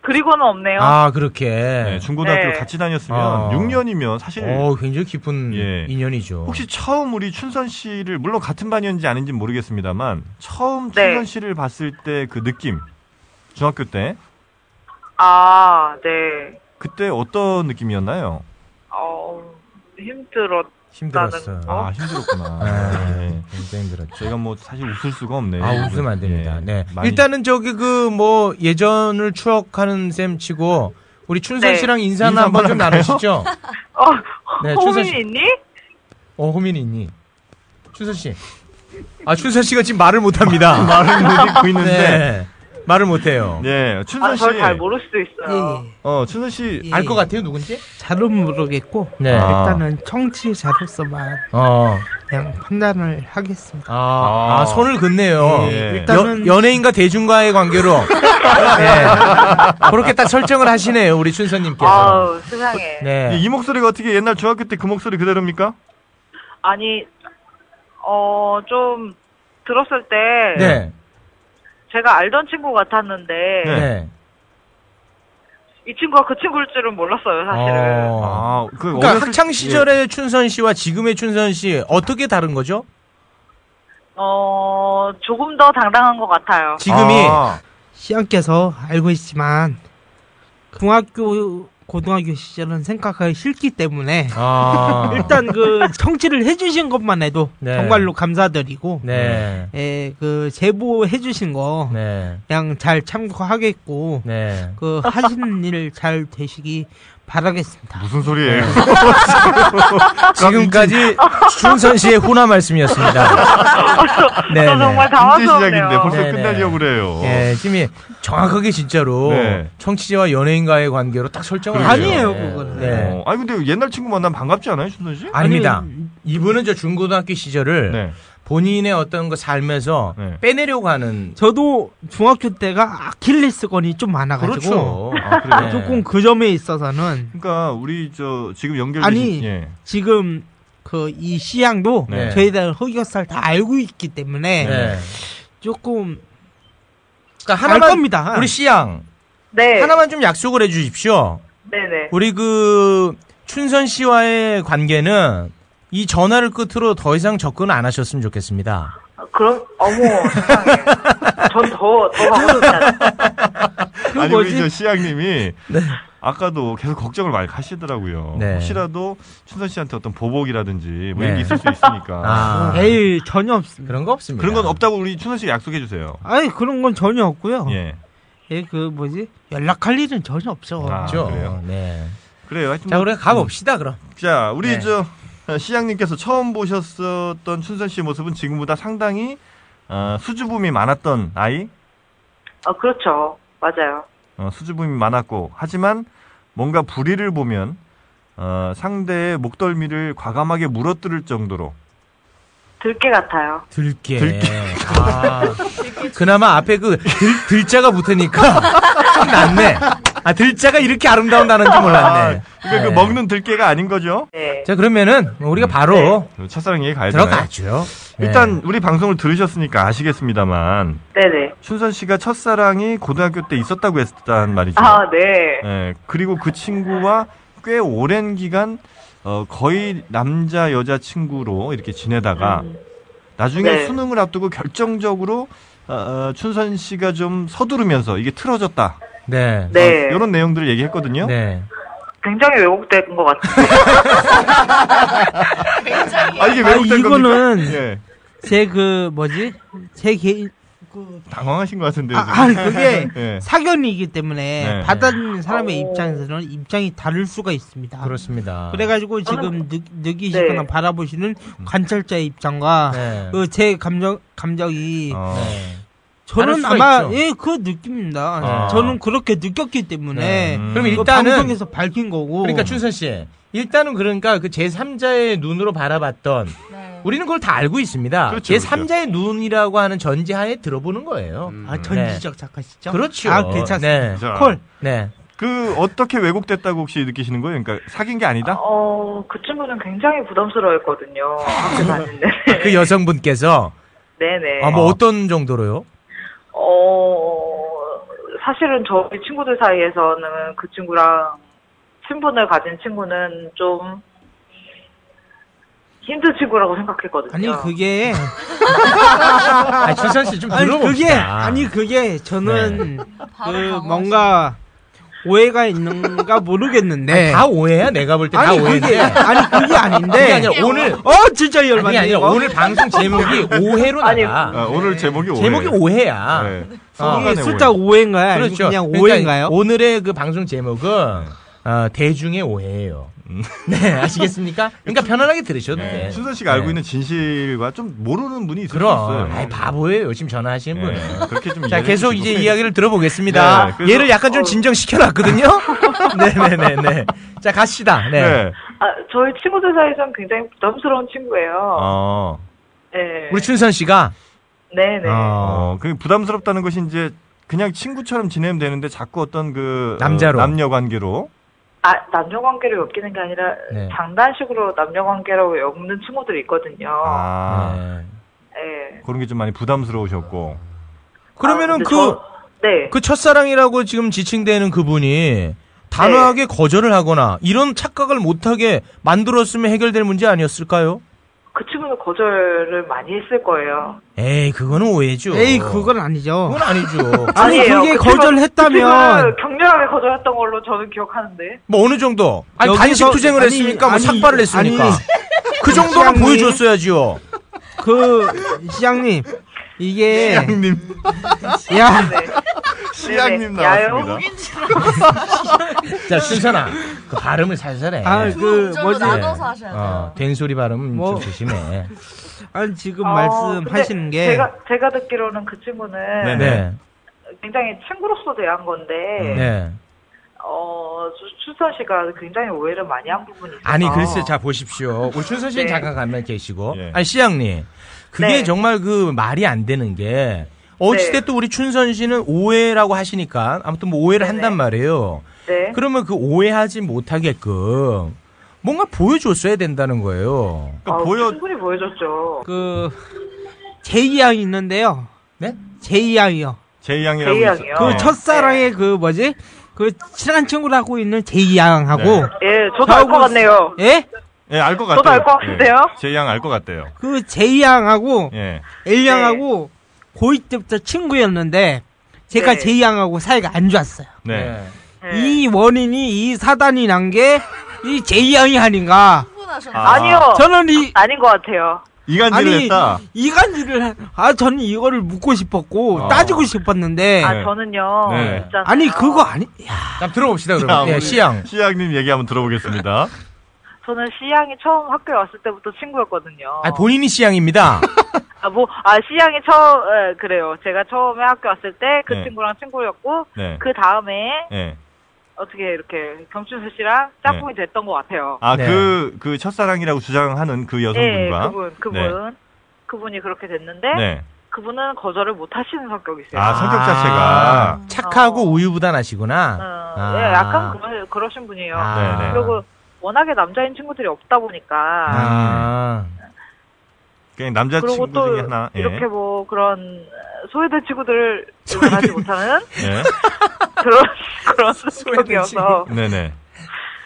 그리고는 없네요. 아 그렇게 네, 아. 중고등학교를 네. 같이 다녔으면 6년이면 사실 어, 굉장히 깊은 인연이죠. 혹시 처음 우리 춘선 씨를 물론 같은 반이었는지 아닌지 는 모르겠습니다만 처음 네. 춘선 씨를 봤을 때 그 느낌 중학교 때 아, 네. 그때 어떤 느낌이었나요? 어, 힘들었. 힘들었어요. 아 <laughs> 힘들었구나. <laughs> 네. 굉장히 힘들었죠. 저희가 뭐 사실 웃을 수가 없네. 아, 웃으면 안 됩니다. 네. 많이- 일단은 저기 그 뭐 예전을 추억하는 셈 치고 우리 춘선 네. 씨랑 인사나 인사 한번 좀 한번 할까요? 나누시죠. 어, <laughs> 네, 호민이 춘선 씨. 있니? 어, 호민이 있니? 춘선 씨. 아, 춘선 씨가 지금 말을 못 합니다. 말을 못 <laughs> 듣고 있는데. 네. 말을 못 해요. 네. 아, 저를 잘 모를 수도 예, 있어요. 어, 춘선 씨. 알 것 같아요, 누군지? 예, 잘은 모르겠고 네. 일단은 청취자로서만 어. 그냥 판단을 하겠습니다. 아, 아, 손을 긋네요. 예, 예. 연- 연예인과 대중과의 <laughs> 관계로 네. 그렇게 딱 설정을 하시네요, 우리 춘선님께서. 아우, 세상에. 네. 이 목소리가 어떻게 옛날 중학교 때 그 목소리 그대로입니까? 아니, 어, 좀, 들었을 때, 네. 제가 알던 친구 같았는데, 네. 이 친구가 그 친구일 줄은 몰랐어요, 사실은. 아, 그 그러니까 어렸을- 학창 시절의 춘선 씨와 지금의 춘선 씨 어떻게 다른 거죠? 어, 조금 더 당당한 것 같아요. 시안께서 알고 있지만 중학교 고등학교 시절은 생각하기 싫기 때문에 아. <laughs> 일단 그 청취를 해주신 것만 해도 네. 정말로 감사드리고 네. 예, 그 제보해주신 거 네. 그냥 잘 참고하겠고 네. 그 하시는 일 잘 되시기 바라겠습니다. 무슨 소리예요? 네. <laughs> 아. 지금까지 춘선 씨의 호남 말씀이었습니다. 네. 저 아. 정말 당황스럽네요. 끝나려고 그래요. 예, 지금 정확하게 진짜로 네. 청취자와 연예인과의 관계로 딱 설정을 하죠. 네. 어, 아니 근데 옛날 친구 만나면 반갑지 않아요, 춘선 씨? 아닙니다. 네. 이분은 저 중고등학교 시절을 네. 본인의 어떤 거 살면서 빼내려고 하는 저도 중학교 때가 아킬레스건이 좀 많아가지고 그렇죠. 아, 그래요? 조금 그 점에 있어서는 그러니까 우리 저 지금 예. 연결 아니 지금 그 이 시향도 네. 저에 대한 흑역사를 다 알고 있기 때문에 네. 조금 그러니까 알 겁니다. 아, 네. 우리 씨양 하나만 좀 약속을 해주십시오. 네. 네네. 우리 그 춘선 씨와의 관계는 이 전화를 끝으로 더 이상 접근 안 하셨으면 좋겠습니다. 아, 그럼, 어머, 세상에. 전 더, 더 가고 그 싶다. 그 아니 우리 저 <laughs> 시장님이 아까도 계속 걱정을 많이 하시더라고요. 네. 혹시라도 춘선 씨한테 어떤 보복이라든지 뭐 네. 이런 게 있을 수 있으니까. 아. 에이 전혀 없습니다. 그런 거 없습니다. 그런 건 없다고 우리 춘선 씨 약속해 주세요. 아니 그런 건 전혀 없고요. 어. 예. 예, 그 뭐지 연락할 일은 전혀 없죠. 아, 그래요. 네. 그래요. 하여튼 자, 뭐- 우리 가봅시다, 그럼. 자, 우리 네. 저 시장님께서 처음 보셨었던 춘선 씨 모습은 지금보다 상당히 어, 수줍음이 많았던 아이, 어, 그렇죠. 맞아요. 어, 수줍음이 많았고 하지만 뭔가 불의를 보면 어, 상대의 목덜미를 과감하게 물어뜯을 정도로 들깨 같아요. 들깨. 아, 그나마 앞에 그 들, 들자가 붙으니까 좀 낫네. 아, 들자가 이렇게 아름다운 단어인지 몰랐네. 그러니까 그 먹는 들깨가 아닌 거죠? 네. 자, 그러면은 우리가 바로 첫사랑 얘기 가야 되나요? 들어가죠. 네. 일단 우리 방송을 들으셨으니까 아시겠습니다만 네네. 춘선 씨가 첫사랑이 고등학교 때 있었다고 했단 말이죠. 아, 네. 예, 그리고 그 친구와 꽤 오랜 기간 어, 거의 남자 여자 친구로 이렇게 지내다가 나중에 네. 수능을 앞두고 결정적으로 어, 어, 춘선 씨가 좀 서두르면서 이게 틀어졌다. 네. 네. 이런 내용들을 얘기했거든요. 네. 굉장히 왜곡된 것 같아요. 아, 이게 왜곡된 이거는 겁니까? 예. 제 그 뭐지 제 개인 당황하신 것 같은데요. 아, 지금. <laughs> 아니, 그게 네. 예. 사견이기 때문에 네. 받아들이는 사람의 입장에서는 입장이 다를 수가 있습니다. 그렇죠. 그렇습니다. 그래가지고 지금 느, 느끼시거나 네. 바라보시는 관찰자의 입장과 네. 그제 감정 감정이 어. 네. 다를 저는 수가 아마 있죠. 예 그 느낌입니다. 아. 저는 그렇게 느꼈기 때문에 네. 그럼 이거 일단은 방송에서 밝힌 거고 그러니까 춘선 씨 일단은 그러니까 그 제3자의 눈으로 바라봤던 우리는 그걸 다 알고 있습니다. 그렇죠, 제3자의 눈이라고 음. 하는 아, 전제하에 들어보는 거예요. 네. 아 전지적 작가시죠? 네. 그렇죠. 아 괜찮습니다. 네. 콜. 네. 그 어떻게 왜곡됐다고 혹시 느끼시는 거예요? 그러니까 사귄 게 아니다? 어, 그 친구는 <laughs> 굉장히 부담스러워했거든요. 그렇게 봤는데. 그 여성분께서 네네. 아, 뭐 어떤 정도로요? 어, 사실은 저희 친구들 사이에서는 그 친구랑 친분을 가진 친구는 좀 힘든 친구라고 생각했거든요. 아니 <laughs> 그게 아, 주선 씨좀 아니, 들어봅시다. 네. 그게 아니 그게 저는 그 뭔가 오해가 있는가 모르겠는데 아니, 다 오해야? 내가 볼 때 다 아니, 그게- 오해인데. 아니 그게 아닌데. 그게 아니라 오늘- 어 진짜 어? 열받네. 아니, 아니라 이거. 오늘 방송 제목이 오해로 나가. 아, 오늘 제목이 네. 오해. 제목이 오해야. 네. 아, 이게 숫자 오해인가요? 아니면 그렇죠. 그냥 그러니까 오해인가요? 오늘의 그 방송 제목은 어, 대중의 오해예요. 음. <laughs> 네, 아시겠습니까? 그러니까 편안하게 들으셔도 네. 돼. 네. 순선 씨가 알고 있는 진실과 좀 모르는 분이 있을 수 그럼. 있어요. 아이, 바보예요. 지금 전화하시는 네, 분은. 그렇게 좀 <laughs> 자, 이해를 계속 해주시고. 이제 이야기를 들어보겠습니다. 네, 그래서- 얘를 약간 <laughs> 좀 진정시켜놨거든요? 네네네네. 자, 갑시다. 네. 네. 아, 저희 친구들 사이에서는 굉장히 부담스러운 친구예요. 어. 네. 아, 우리 아. 춘선 씨가 네네. 어, 그 부담스럽다는 것이 이제 그냥 친구처럼 지내면 되는데 자꾸 어떤 그 어, 남자로. 남녀 관계로 아, 남녀 관계를 엮이는 게 아니라 네. 장단식으로 남녀 관계라고 엮는 친구들이 있거든요. 아. 네. 예. 아, 그런 게 좀 많이 <laughs> 부담스러우셨고. 그러면은 그, 네. 그 첫사랑이라고 지금 지칭되는 그분이 네. 단호하게 거절을 하거나 이런 착각을 못하게 만들었으면 해결될 문제 아니었을까요? 그 친구는 거절을 많이 했을 거예요. 에이, 그거는 오해죠. 에이 그건 아니죠. 그건 아니죠. 아니 아니에요. 그게 그 친구- 그 거절했다면 친구는 격렬하게 거절했던 걸로 저는 기억하는데. 뭐 어느 정도? 아니, 여기서- 단식 투쟁을 아니, 했으니까, 뭐 아니, 삭발을 했으니까. 아니, 그 정도는 시장님. 보여줬어야지요. 그 시장님 이게 시장님 야 시장님 네. 나왔습니다. 자, 순선아. 그 발음을 살살 해. 네. 아, 그 뭐지? 나눠서 하셔야 돼요. 어, 된소리 발음 뭐- 좀 조심해. 아니 지금 어, 말씀하시는 근데 게 제가 제가 듣기로는 그 친구는 네. 굉장히 친구로서 대한 음, 건데. 네. 어, 수- 수선 씨가 굉장히 오해를 많이 한 부분이 있어요. 아니 글쎄 자 보십시오. 우리 춘선 씨는 네. 잠깐 가만 계시고. 예. 아니 시장님 그게 네. 정말 그 말이 안 되는 게 네. 어찌됐든 우리 춘선 씨는 오해라고 하시니까 아무튼 뭐 오해를 한단 말이에요. 네. 그러면 그 오해하지 못하게끔 뭔가 보여줬어야 된다는 거예요. 그 아우, 어, 충분히 보여줬죠. 그 제이양이 있는데요. 네? 제이양이요. 제이양이라고 제이양이요? 있어- 그 네. 첫사랑의 그 뭐지? 그 친한 친구를 하고 있는 제이양하고 예, 저도 알 것 같네요. 예? 예, 알 것 같아요. 저도 알것 같은데요? 예. 제이양 알 것 같아요. 그 제이양하고 예. 엘양하고 고2 때부터 친구였는데 제가 네. 제이양하고 사이가 안 좋았어요. 네. 예. 이 원인이 이 사단이 난 게 이 제이양이 아닌가? 아. 아니요. 저는 이 아닌 것 같아요. 이간질을 했다. 이간질을 한- 아 저는 이거를 묻고 싶었고 어. 따지고 싶었는데 아, 저는요. 네. 있잖아요. 아니 그거 아니 한번 들어봅시다 그러면. 예, 시양. 네. 시양님 얘기 한번 들어보겠습니다. 저는 시양이 처음 학교에 왔을 때부터 친구였거든요. 아 본인이 시양입니다. 아, 뭐, 아, 시양이 처음, 예, 그래요. 제가 처음에 학교 왔을 때 그 네. 친구랑 친구였고, 네. 그 다음에 예. 어떻게 이렇게 경춘수 씨랑 짝꿍이 됐던 것 같아요. 아, 그, 그 첫사랑이라고 주장하는 그 여성분과. 예, 그분, 그분. 그분이 그렇게 됐는데, 네. 그분은 거절을 못 하시는 성격이세요. 아, 성격 자체가. 착하고 우유부단하시구나. 아. 어. 예, 약간 그러, 그러신 분이에요. 아, 네네. 그리고 워낙에 남자인 친구들이 없다 보니까, 아. 그냥 남자친구 그리고 또 중에 하나. 예. 이렇게 뭐 그런 소외된 친구들을 만나지 못하는 예. 그런 그런 성격이어서 네네.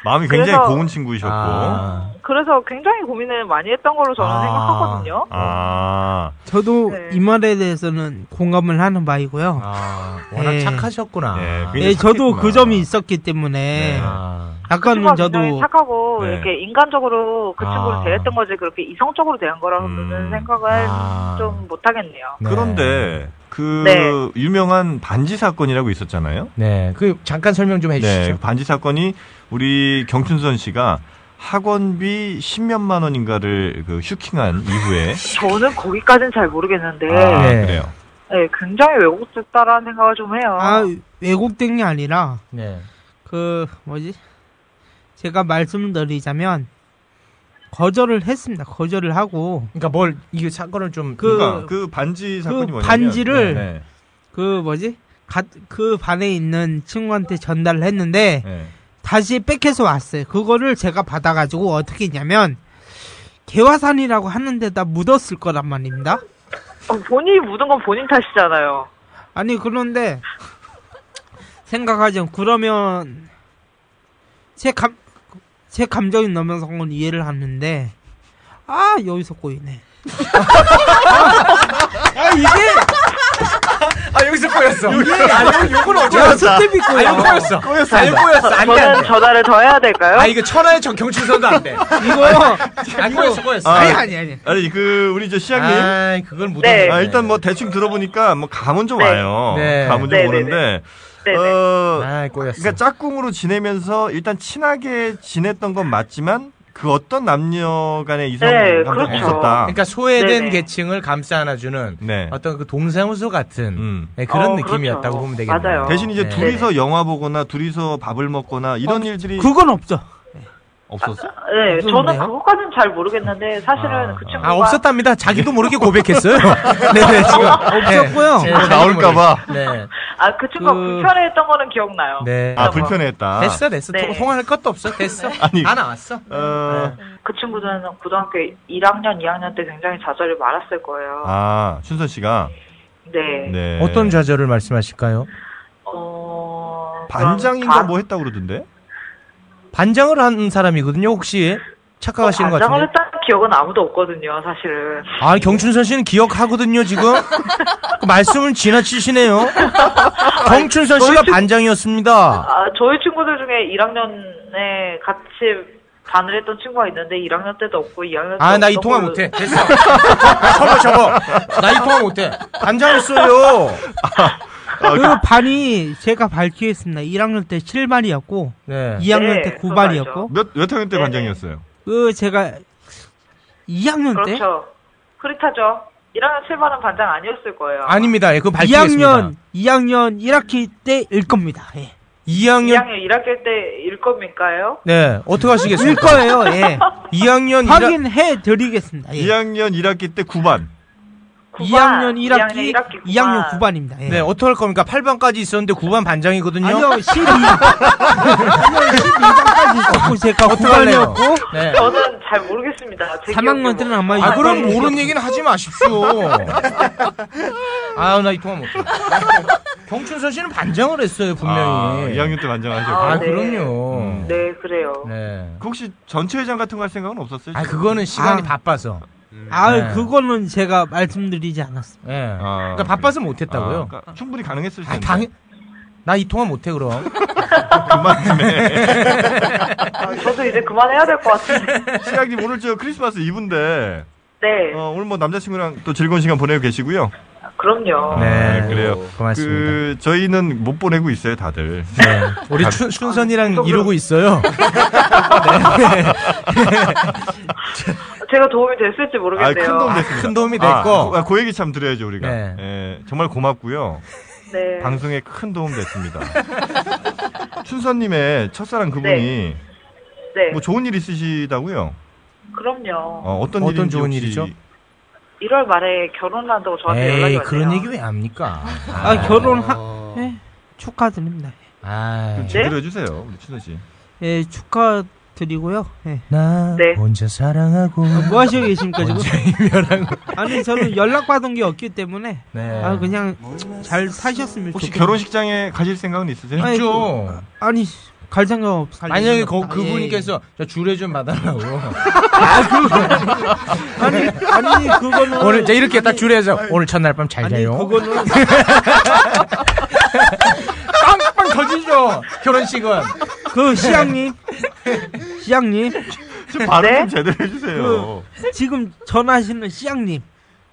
마음이 굉장히 그래서- 고운 친구이셨고. 아. 그래서 굉장히 고민을 많이 했던 걸로 저는 아. 생각하거든요. 아. 저도 네. 이 말에 대해서는 공감을 하는 바이고요. 아, 워낙 예. 착하셨구나. 아. 예, 네. 저도 그 점이 있었기 때문에 네. 약간은 친구가 저도 굉장히 그 착하고 네. 이렇게 인간적으로 그 아. 친구를 대했던 거지 그렇게 이성적으로 대한 거라고는 생각을 좀 못하겠네요. 그런데 그 네. 유명한 반지 사건이라고 있었잖아요. 네. 그 네, 그 잠깐 설명 좀 해주시죠. 반지 사건이 우리 경춘선 씨가 학원비 10몇만 원인가를 그 슈킹한 이후에 저는 거기까지는 잘 모르겠는데 아, 그래요. 네, 굉장히 왜곡됐다라는 생각을 좀 해요. 아 왜곡된 게 아니라 네. 그 뭐지 제가 말씀드리자면 거절을 했습니다. 거절을 하고 그러니까 뭘 이 사건을 좀 그 그러니까 그 반지 사건이 뭐냐면 반지를 네. 그 뭐지 가- 그 반에 있는 친구한테 전달을 했는데 다시 뺏겨서 왔어요. 그거를 제가 받아가지고 어떻게 했냐면 개화산이라고 하는 데다 묻었을 거란 말입니다. 어, 본인이 묻은 건 본인 탓이잖아요. 아니 그런데 생각하자면 그러면 제 감 제 감정이 넘어서 건 이해를 하는데 아 여기서 꼬이네. 아 이게 아 여기서 꼬였어. 야, 스텝이 꼬여. 아, 이거 꼬였어. 꼬였어. 아, 이거 꼬였어. 안 돼. 안 저는 돼. 전화를 더 해야 될까요? 아 이거 천하의 정 경춘선도 안 돼. 이거 안 아, 꼬였어 꼬였어. 아, 아니. 아니 그 우리 저 시장님. 아이, 그걸 못 네. 아, 일단 뭐 대충 들어보니까 뭐 감은 좀 와요. 네. 감은 좀 네, 오는데. 네네. 어, 꼬였어. 그러니까 짝꿍으로 지내면서 일단 친하게 지냈던 건 맞지만 그 어떤 남녀 간의 이성 네, 감정 그렇죠. 없었다. 그러니까 소외된 네네. 계층을 감싸 안아주는 네. 어떤 그 동사무소 같은 네, 그런 어, 그렇죠. 느낌이었다고 보면 되겠네요. 대신 이제 네. 둘이서 영화 보거나 둘이서 밥을 먹거나 이런 어, 일들이 그건 없죠. 없었어? 네, 무슨 저는 일이에요? 그것까지는 잘 모르겠는데 사실은 그 친구가 아 없었답니다. 자기도 모르게 고백했어요. 네네 지금 없었고요. 네, 뭐 자기도 나올까 봐. 모르게. 네. 아, 그 친구가 불편해했던 거는 기억나요. 네. 아, 불편했다. 됐어, 됐어. 네. 통화할 것도 없어. 됐어. 아니. 다 나왔어. 네. 어, 그 친구들은 고등학교 1학년, 2학년 때 굉장히 좌절이 많았을 거예요. 아, 춘선 씨가 네. 네. 어떤 좌절을 말씀하실까요? 어, 아. 반장인가 뭐 했다고 그러던데? <laughs> 반장을 한 사람이거든요. 혹시 착각하시는 것 어, 반장을 같은데. 했다는 기억은 아무도 없거든요, 사실은. 아, 경춘선 씨는 기억하거든요, 지금. 그 말씀을 지나치시네요. 경춘선 씨가 반장이었습니다. 아, 저희 친구들 중에 1학년에 같이 반을 했던 친구가 있는데 1학년 때도 없고 2학년 때도 아, 나 이 없던 통화 걸로- 못해. 됐어. 접어, 접어. 나 이 통화 못해. 반장했어요. 아, 그 반이 제가 밝히겠습니다. 1학년 때 7반이었고 네. 2학년 네, 때 9반이었고 몇, 몇 학년 네. 때 반장이었어요? 그 제가 2학년 때 그렇죠. 그렇다죠. 1학년 7반은 반장 아니었을 거예요. 아닙니다. 예, 그건 밝히겠습니다. 2학년 2학년 1학기 때일 겁니다. 예. 2학년 2학년 1학기 때일 겁니까요? 네, 어떻게 하시겠습니까? 일 거예요, 예. 2학년 확인해 드리겠습니다. 예. 예. 2학년 1학기 때 9반. 2학년 1학기, 1학기 2학년 9반입니다. 네, 어떻게 할 겁니까? 8반까지 있었는데 9반 반장이거든요. 예. 아니요, 12. 12반까지 있었고 제가 어떻게 할래요? 9반이었고 네. 저는 잘 모르겠습니다. 제 뭐. 3학년 때는 아마 아, 그럼 모르는 얘기는 하지 마십시오. 아, 나 이 통화 못해. 경춘선 씨는 반장을 했어요, 아, 음. 분명히. 2학년 때 반장하셨고. 아, 그럼요. 네, 그래요. 네. 혹시 전체회장 같은 거 할 생각은 없었어요? 아, 그거는 시간이 아. 바빠서. 아, 네. 그거는 제가 말씀드리지 않았습니다. 예. 그러니까 바빠서 못 했다고요. 아, 그러니까 충분히 가능했을 아, 텐데. 당연 나이 통화 못해 그럼. 그만 좀 아, 저도 이제 그만해야 될 것 같은데. <laughs> 시장님 뭐 오늘 저 크리스마스 이브인데 네. 어, 오늘 뭐 남자친구랑 또 즐거운 시간 보내고 계시고요. 그럼요. 네, 그래요. 아, 뭐, 고맙습니다. 그 저희는 못 보내고 있어요, 다들. <laughs> 우리 다- 춘, 순선이랑 이러고 있어요. 제가 도움이 됐을지 아, 큰 모르겠네요. 도움 됐습니다. 큰 도움이 아, 됐고. 네. 그, 아, 그 얘기 참 드려야죠 우리가. 예, 정말 고맙고요. 네. 방송에 큰 도움 됐습니다. <laughs> 춘선님의 첫사랑 그분이 네. 네. 뭐 좋은 일 있으시다고요? 그럼요. 어, 어떤, 어떤 일인지 좋은 혹시- 일이죠? 1월 말에 결혼한다고 저한테 연락이 에이 왔어요. 그런 얘기 왜 합니까? 아, 결혼 하 예. 축하드립니다. 아, 좀 제대로 해주세요, 그렇죠. 우리 춘선 씨. 예, 축하드리고요. 예. 나 혼자 사랑하고 뭐 하시고 계십니까 지금? 혼자 이별하고 아니 저는 연락 받은 게 없기 때문에 네. 아 그냥 잘 사셨으면 혹시 좋겠네요. 결혼식장에 가실 생각은 있으세요? 아니, 있죠. 그- 아니 갈 생각 없. 갈 만약에 생각 거, 없다. 예, 그분께서 저 주례 좀 받아라고 예. 아니 아니 그거는 오늘 자 이렇게 딱 주례해서 오늘 첫날 밤 잘 자요. <laughs> 그거는 빵빵 터지죠 결혼식은. 그 시장님 시장님 좀 발음 좀 제대로 해주세요. 그 지금 전화하시는 시장님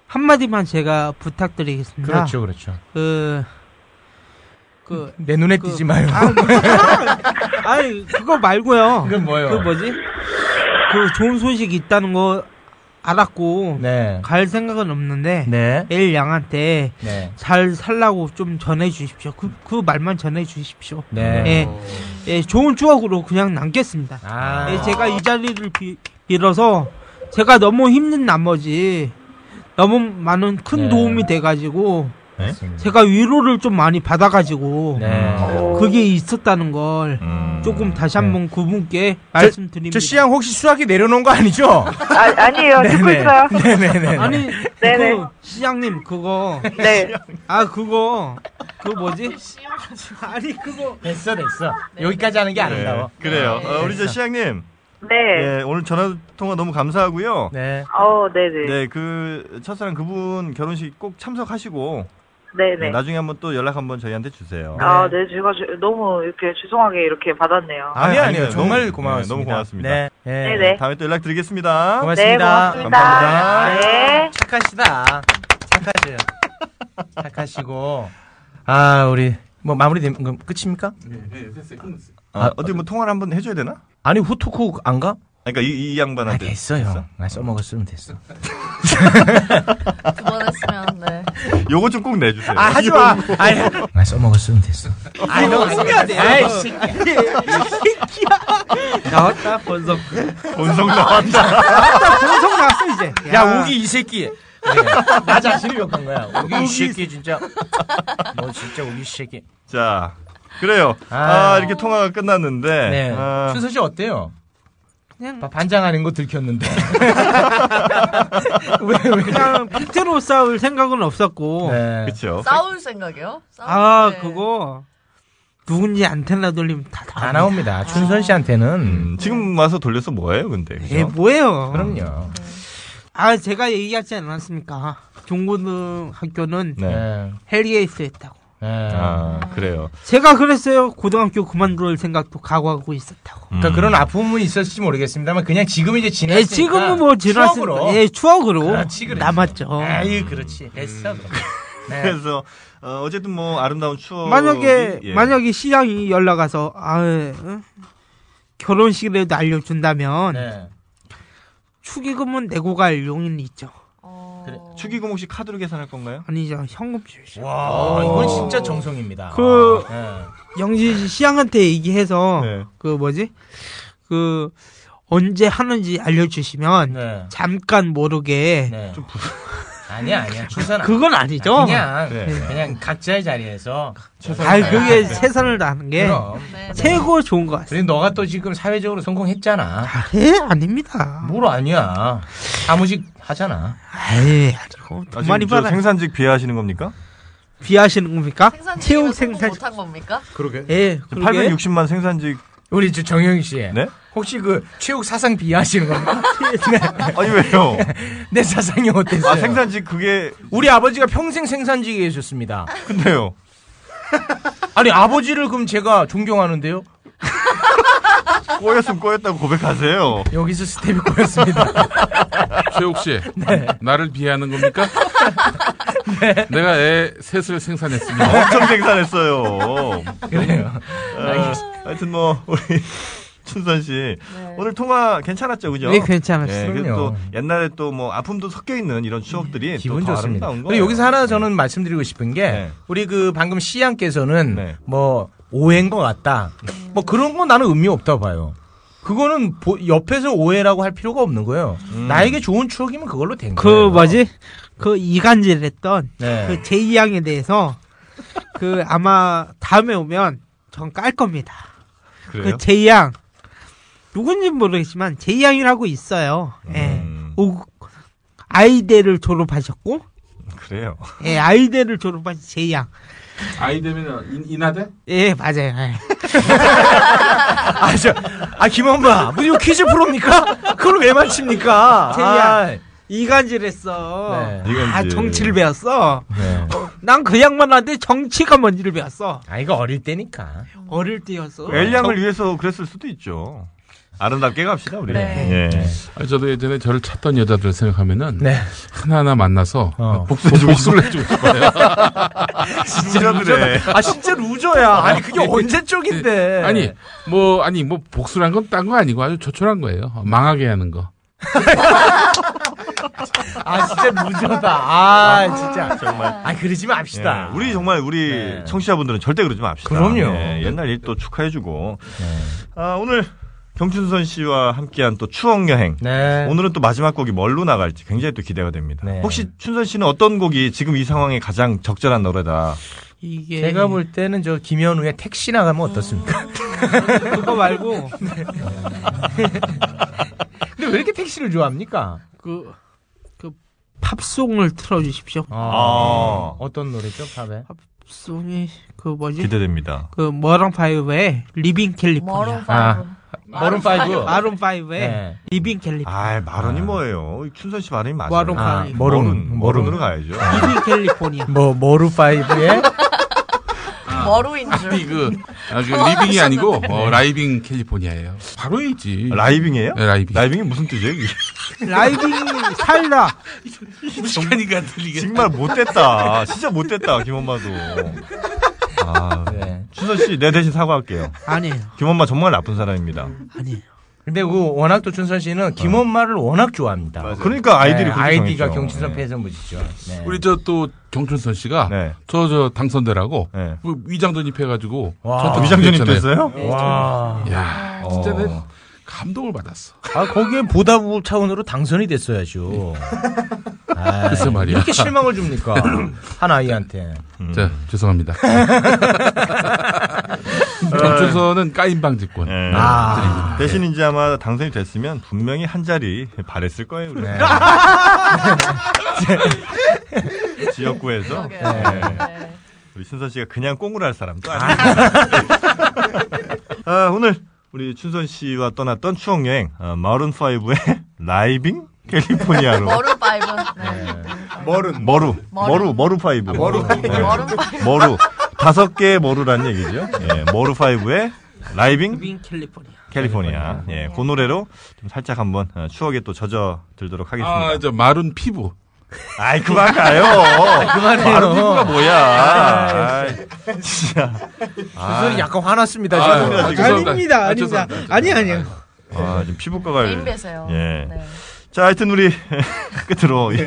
한마디만 제가 부탁드리겠습니다. 그렇죠, 그렇죠. 그, 그, 내 눈에 띄지 마요. 아, <laughs> 아니, 그거 말고요. <laughs> 그건 뭐예요? 그 뭐지? 그 좋은 소식이 있다는 거 알았고, 네. 갈 생각은 없는데, 네. 엘 양한테 네. 잘 살라고 좀 전해주십시오. 그, 그 말만 전해주십시오. 네. 예, 예, 좋은 추억으로 그냥 남겠습니다. 아. 예, 제가 이 자리를 비, 빌어서 제가 너무 힘든 나머지 너무 많은 큰 네. 도움이 돼가지고 제가 위로를 좀 많이 받아가지고 네. 어. 그게 있었다는 걸 음. 조금 다시 한번 그분께 말씀드립니다. 음. 네. 저 씨양 혹시 수학이 내려놓은 거 아니죠? 아, 니에요 듣고 <laughs> 네네. 있어요. 네네네. 아니, 네네. 그 시장님 그거. 네. 아 그거 그 뭐지? 아니 그거 됐어 됐어. 여기까지 하는 게 아름다워. 그래요. 네, 어, 우리 저 됐어. 시장님. 네. 예, 오늘 전화 통화 너무 감사하고요. 네. 어, 네네. 네, 그 첫사랑 그분 결혼식 꼭 참석하시고 네네. 네, 나중에 한번 또 연락 한번 저희한테 주세요. 아, 네, 제가 주- 너무 이렇게 죄송하게 이렇게 받았네요. 아니, 아니요, 아니요. 아니요. 정말 너무- 네, 고마웠습니다. 너무 고맙습니다. 네. 네. 네네. 다음에 또 연락 드리겠습니다. 네, 고맙습니다. 감사합니다. 네. 착하시다. 착하세요. 착하시고. 아 우리 뭐 마무리 되면 그럼 끝입니까? 아, 어디 뭐 통화를 한번 해줘야 되나? 아니 후토크 안 가? 그러니까 이, 이 양반한테 됐어요. 아, 써먹었으면 됐어. 두 번 했으면 네. 요거 좀 꼭 내주세요. 아 하지 마. 요거. <laughs> 아니, 아 써먹었으면 됐어. 아니 너무 숨겨야 돼. 아이 씨. 나왔다 본성. 본성 나왔다. 나왔다 본성 나왔어 이제. 야 우기 이 새끼. 네. <laughs> 나 자신을 욕한 거야. 우기 이 우기 새끼 진짜. 너 진짜 우기 이 새끼. 자, 그래요. 아, 아. 이렇게 통화가 끝났는데. 네. 아, 춘서 씨 어때요? 그냥 바- 반장하는 거 들켰는데. <laughs> 왜 왜? 그냥 <laughs> 빅트로 싸울 생각은 없었고. 네. 그쵸. 싸울 생각이요? 싸울 아 네. 때. 그거 누군지 안테나 돌리면 다 다 나와. 나옵니다. 춘선 씨한테는. 음, 지금 와서 돌려서 뭐예요, 근데? 그죠? 에 뭐예요? 그럼요. 아 제가 얘기하지 않았습니까? 중고등학교는 네. 네. 헬리에이스했다고. 네. 아, 그래요. 제가 그랬어요. 고등학교 그만둘 생각도 각오하고 있었다고. 음. 그러니까 그런 아픔은 있었을지 모르겠습니다만 그냥 지금 이제 지났으니까 예, 지금은 뭐 지났으니까 그러니까 추억으로. 아, 예, 추억으로 그렇지, 그렇지. 남았죠. 아유 그렇지 됐어. 음. 그럼. 네. 그래서 어, 어쨌든 뭐 아름다운 추억. 예. 만약에 예. 만약에 시장이 연락 와서 아 응? 결혼식이라도 알려준다면 네. 축의금은 내고 갈 용인이 있죠. 축의금 혹시 카드로 계산할 건가요? 아니죠 현금 주시. 와 이건 진짜 정성입니다. 그- 네. 영진 씨 시장한테 얘기해서 네. 그 뭐지 그 언제 하는지 알려주시면 네. 잠깐 모르게 네. 아니야 아니야 춘선 안- 그건 아니죠. 그냥 네. 그냥 각자의 자리에서 아 그게 네. 세상을 다하는 게 그럼. 네, 네. 최고 좋은 것 같습니다. 그리고 너가 또 지금 사회적으로 성공했잖아. 예 아닙니다. 뭘 아니야. 사무직 하잖아. 에이 아니고 아, 돈 지금 많이 저 받아. 생산직 비하하는 겁니까? 비하시는 겁니까? 생산직에서 체육 생산 아, 생산. 못한 겁니까? 예, 지금 그러게. 860만 생산직. 우리 저 정영 씨. 네? 혹시 그 최욱 사상 비하하시는 건가? 아니 왜요? 내 사상이 어땠어요? 아 생산직 그게 우리 아버지가 평생 생산직에 계셨습니다. 근데요. 아니 아버지를 그럼 제가 존경하는데요. 꼬였으면 꼬였다고 고백하세요. 여기서 스텝이 꼬였습니다. 최욱 <laughs> 씨, 네. 나를 비하하는 겁니까? 내가 애 셋을 생산했습니다. 엄청 생산했어요. 그래요. 아, 하여튼 뭐 우리 <laughs> 춘선 씨 오늘 통화 괜찮았죠, 그죠? 네, 괜찮았어요. 예, 그리고 아, 그럼요. 또 옛날에 또 뭐 아픔도 섞여 있는 이런 추억들이 기분 또더 좋습니다. 아름다운 거. 그리고 여기서 하나 저는 말씀드리고 싶은 게 네. 우리 그 방금 시양께서는 네. 뭐 오해인 것 같다. 뭐 그런 건 나는 의미 없다 봐요. 그거는 보- 옆에서 오해라고 할 필요가 없는 거예요. 음. 나에게 좋은 추억이면 그걸로 된 그 거예요. 뭐지? 그 이간질했던 네. 그 제이 양에 대해서 그 아마 다음에 오면 전 깔 겁니다. 그래요? 그 제이 양 누군지 모르겠지만 제이 양이라고 있어요. 예. 음, 오, 아이대를 졸업하셨고, 그래요. 예, 아이대를 졸업한 제이 양. 아이 되면 인하대? 예, 맞아요. 예. 아, 저, 아, 김엄마, 뭐 이거 퀴즈 프로입니까? 그걸 왜 맞춥니까? 제이야. 이간질했어. 네. 아, 이간질. 정치를 배웠어. 아, 네. 난 그 양반한테 정치가 뭔지를 배웠어. 아, 이거 어릴 때니까. 어릴 때였어. 엘량을 위해서 그랬을 수도 있죠. 아름답게 갑시다 우리. 네. 예. 아, 저도 예전에 저를 찾던 여자들 생각하면은 네. 하나하나 만나서 어. 복수를 해주고 복수를 해주고 싶어요. 진짜 그래. 아, 진짜 루저야. 아니, 예, 그게 언제 쪽인데. 아니 뭐 아니 뭐 복수란 건 딴 거 아니고 아주 조촐한 거예요. 어, 망하게 하는 거. <laughs> 아, 진짜 루저다. 아, 진짜. 정말. 아, 그러지 맙시다. 예, 우리 정말 우리 네. 청취자분들은 절대 그러지 맙시다. 그럼요. 예, 옛날 일 또 축하해주고. 아, 오늘 경춘선 씨와 함께한 또 추억 여행. 네. 오늘은 또 마지막 곡이 뭘로 나갈지 굉장히 또 기대가 됩니다. 혹시 춘선 씨는 어떤 곡이 지금 이 상황에 가장 적절한 노래다? 이게 제가 볼 때는 저 김현우의 택시 나가면 어떻습니까? 그거 말고 <laughs> 근데 왜 이렇게 택시를 좋아합니까? 그, 그 팝송을 틀어주십시오. 아, 어떤 노래죠, 팝에? 팝송이 그 뭐지? 기대됩니다. 그 머런 파이브의 리빙 캘리포니아. 머런 파이브. 아, 머런 파이브. 마룬 파이브의 네. 리빙 캘리포니아. 아, 마론이 뭐예요? 춘선 씨 마론이 맞아요. 마룬 파이브. 아, 머룬, 머룬으로 가야죠. 리빙 캘리포니아. 뭐 머루 <laughs> 파이브의 머루인 줄. 아니 그, 아, 그 리빙이 아니고 어, 라이빙 캘리포니아예요. 바로이지. 라이빙이에요? 네, 라이빙. 라이빙이 무슨 뜻이에요? 라이빙 살라. 시간이가 들리게. <laughs> 정말 못됐다. 진짜 못됐다, 김엄마도. 아, 네. 춘선 씨, 내 대신 사과할게요. 아니에요. 김엄마 정말 나쁜 사람입니다. 근데 그 워낙 또 춘선 씨는 김엄마를 워낙 좋아합니다. 그러니까 어. 아이들이 그렇게 네, 아이디가 정했죠. 네. 경춘선 패서 무지죠. 네. 우리 저 또 경춘선 씨가 저 저 당선되라고 아. 그 위장 전입해가지고 아, 와. 전투 위장 준비했잖아요. 전입됐어요? 네. 와. 야 아, 진짜 어. 내 감동을 받았어. 아 거기에 보답 차원으로 당선이 됐어야죠. 네. 아이, 글쎄 말이야. 이렇게 <laughs> 실망을 줍니까 한 아이한테. 자 죄송합니다. 경춘선은 까인방 집권. 네. 아. 드립니다. 대신 이제 아마 예. 당선이 됐으면 분명히 한 자리 바랬을 거예요. 우리. <laughs> 지역구에서 그러게요. 네. 네. 우리 순선 씨가 그냥 꽁으로 할 사람도 아니에요. <laughs> 아, 오늘 우리 춘선 씨와 떠났던 추억 여행 어, 마룬 5의 <laughs> 라이빙 캘리포니아로 머루 파이브. 네. 머룬 머루 머루 머루 파이브 머루 머루 다섯 개의 머루란 얘기죠. 예, 머루 5의 라이빙 리빙 캘리포니아. 캘리포니아. 예, 그 노래로 좀 살짝 한번 어, 추억에 또 젖어 들도록 하겠습니다. 아, 저 마른 피부. 아이, 그만 가요. <laughs> 아, 그만해요. 마른 피부가 아, 뭐야. 아이, 아이, 진짜. 주선이 아. 그 약간 화났습니다, 아, 지금. 아, 죄송합니다. 아닙니다, 아, 아닙니다. 죄송합니다. 아니 아니요. 아, 지금 피부과 갈. 개인 배세요. 예. 네. 자, 하여튼 우리 <laughs> 끝으로 이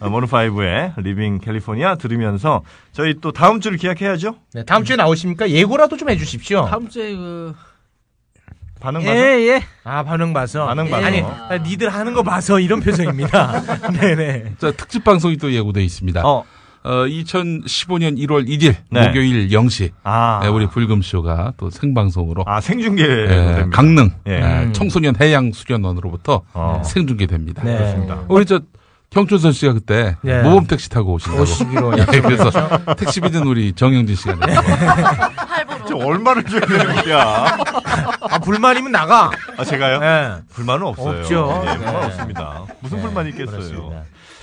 머루파이브의 리빙 캘리포니아 들으면서 저희 또 다음 주를 기약해야죠. 네, 다음 주에 나오십니까? 예고라도 좀 해주십시오. 다음 주에 그 반응 봐서. 예예. 아 반응 봐서. 반응 봐서. 어. 아니 아, 니들 하는 거 봐서 이런 표정입니다. <laughs> 네네. 자, 특집 방송이 또 예고돼 있습니다. 어. 2015년 1월 1일 네. 목요일 0시 아. 네, 우리 불금쇼가 또 생방송으로 아 생중계 됩니다. 강릉 예. 네, 음. 청소년 해양 수련원으로부터 생중계됩니다. 네. 그렇습니다. 우리 저 경춘선 씨가 그때 예. 모범 택시 타고 뭐 오신다고 <laughs> 오시기로 예, 그래서 약속했죠. 택시비는 우리 정영진 씨가 내 저 얼마를 줘야 되는 거야. 아 불만이면 나가. 아, 제가요? 네. 불만은 없어요. 없죠. 예, 불만 네. 없습니다. 무슨 네, 불만이 있겠어요. 그렇습니다.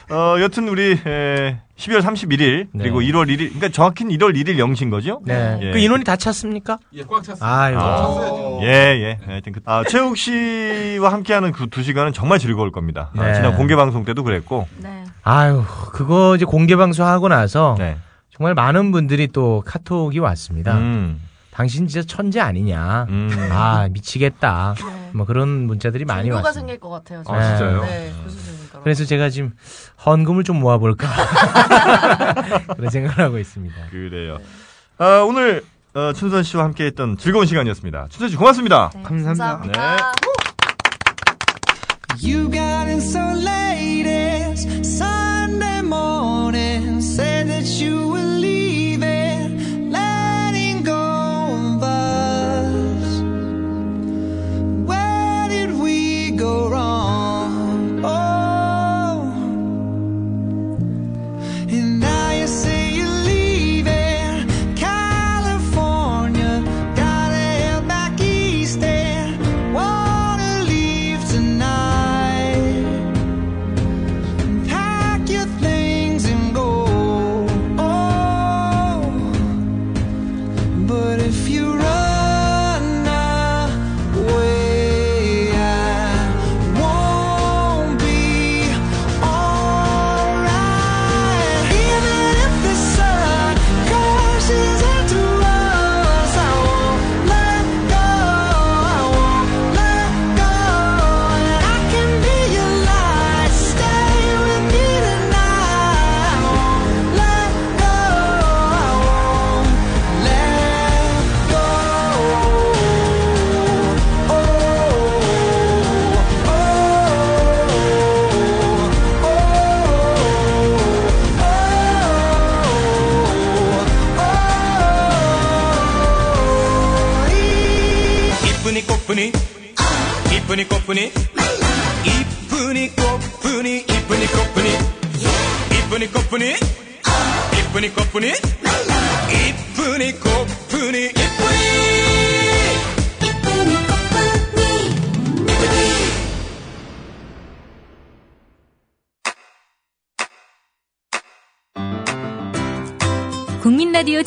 어, 여튼 우리 에, 12월 31일 그리고 1월 1일 그러니까 정확히는 1월 1일 0시인 거죠? 네. 예. 그 인원이 다 찼습니까? 꽉 찼어요. 아유. 예, 예. 하여튼 그, 아, 최욱 씨와 함께하는 그 두 시간은 정말 즐거울 겁니다. 아, 네. 지난 공개 방송 때도 그랬고. 아유, 그거 이제 공개 방송하고 나서 네. 정말 많은 분들이 또 카톡이 왔습니다. 음. 당신 진짜 천재 아니냐. 아, 미치겠다. 뭐 그런 문자들이 많이 종교가 왔습니다. 생길 것 같아요. 아, 저는. 진짜요? 네. 무슨 소리입니까? 그래서 제가 지금 헌금을 좀 모아볼까. <laughs> 그런 생각을 하고 있습니다. 그래요. 아, 오늘 어, 춘선 씨와 함께했던 즐거운 시간이었습니다. 춘선 씨 고맙습니다. 감사합니다. 네. You got in so late as Sunday morning. Said that you were leaving, letting go of us. Where did we go wrong? Oh, and now you say you're leaving California. Gotta head back east there. Wanna leave tonight. Oh. 이쁜이 꽃분이 이쁜이 꽃분이 이쁜이 꽃분이 이쁜이 꽃분이 이쁜이 꽃분이 이쁜이 꽃분이 이쁜이 이쁜이 꽃분이 국민 라디오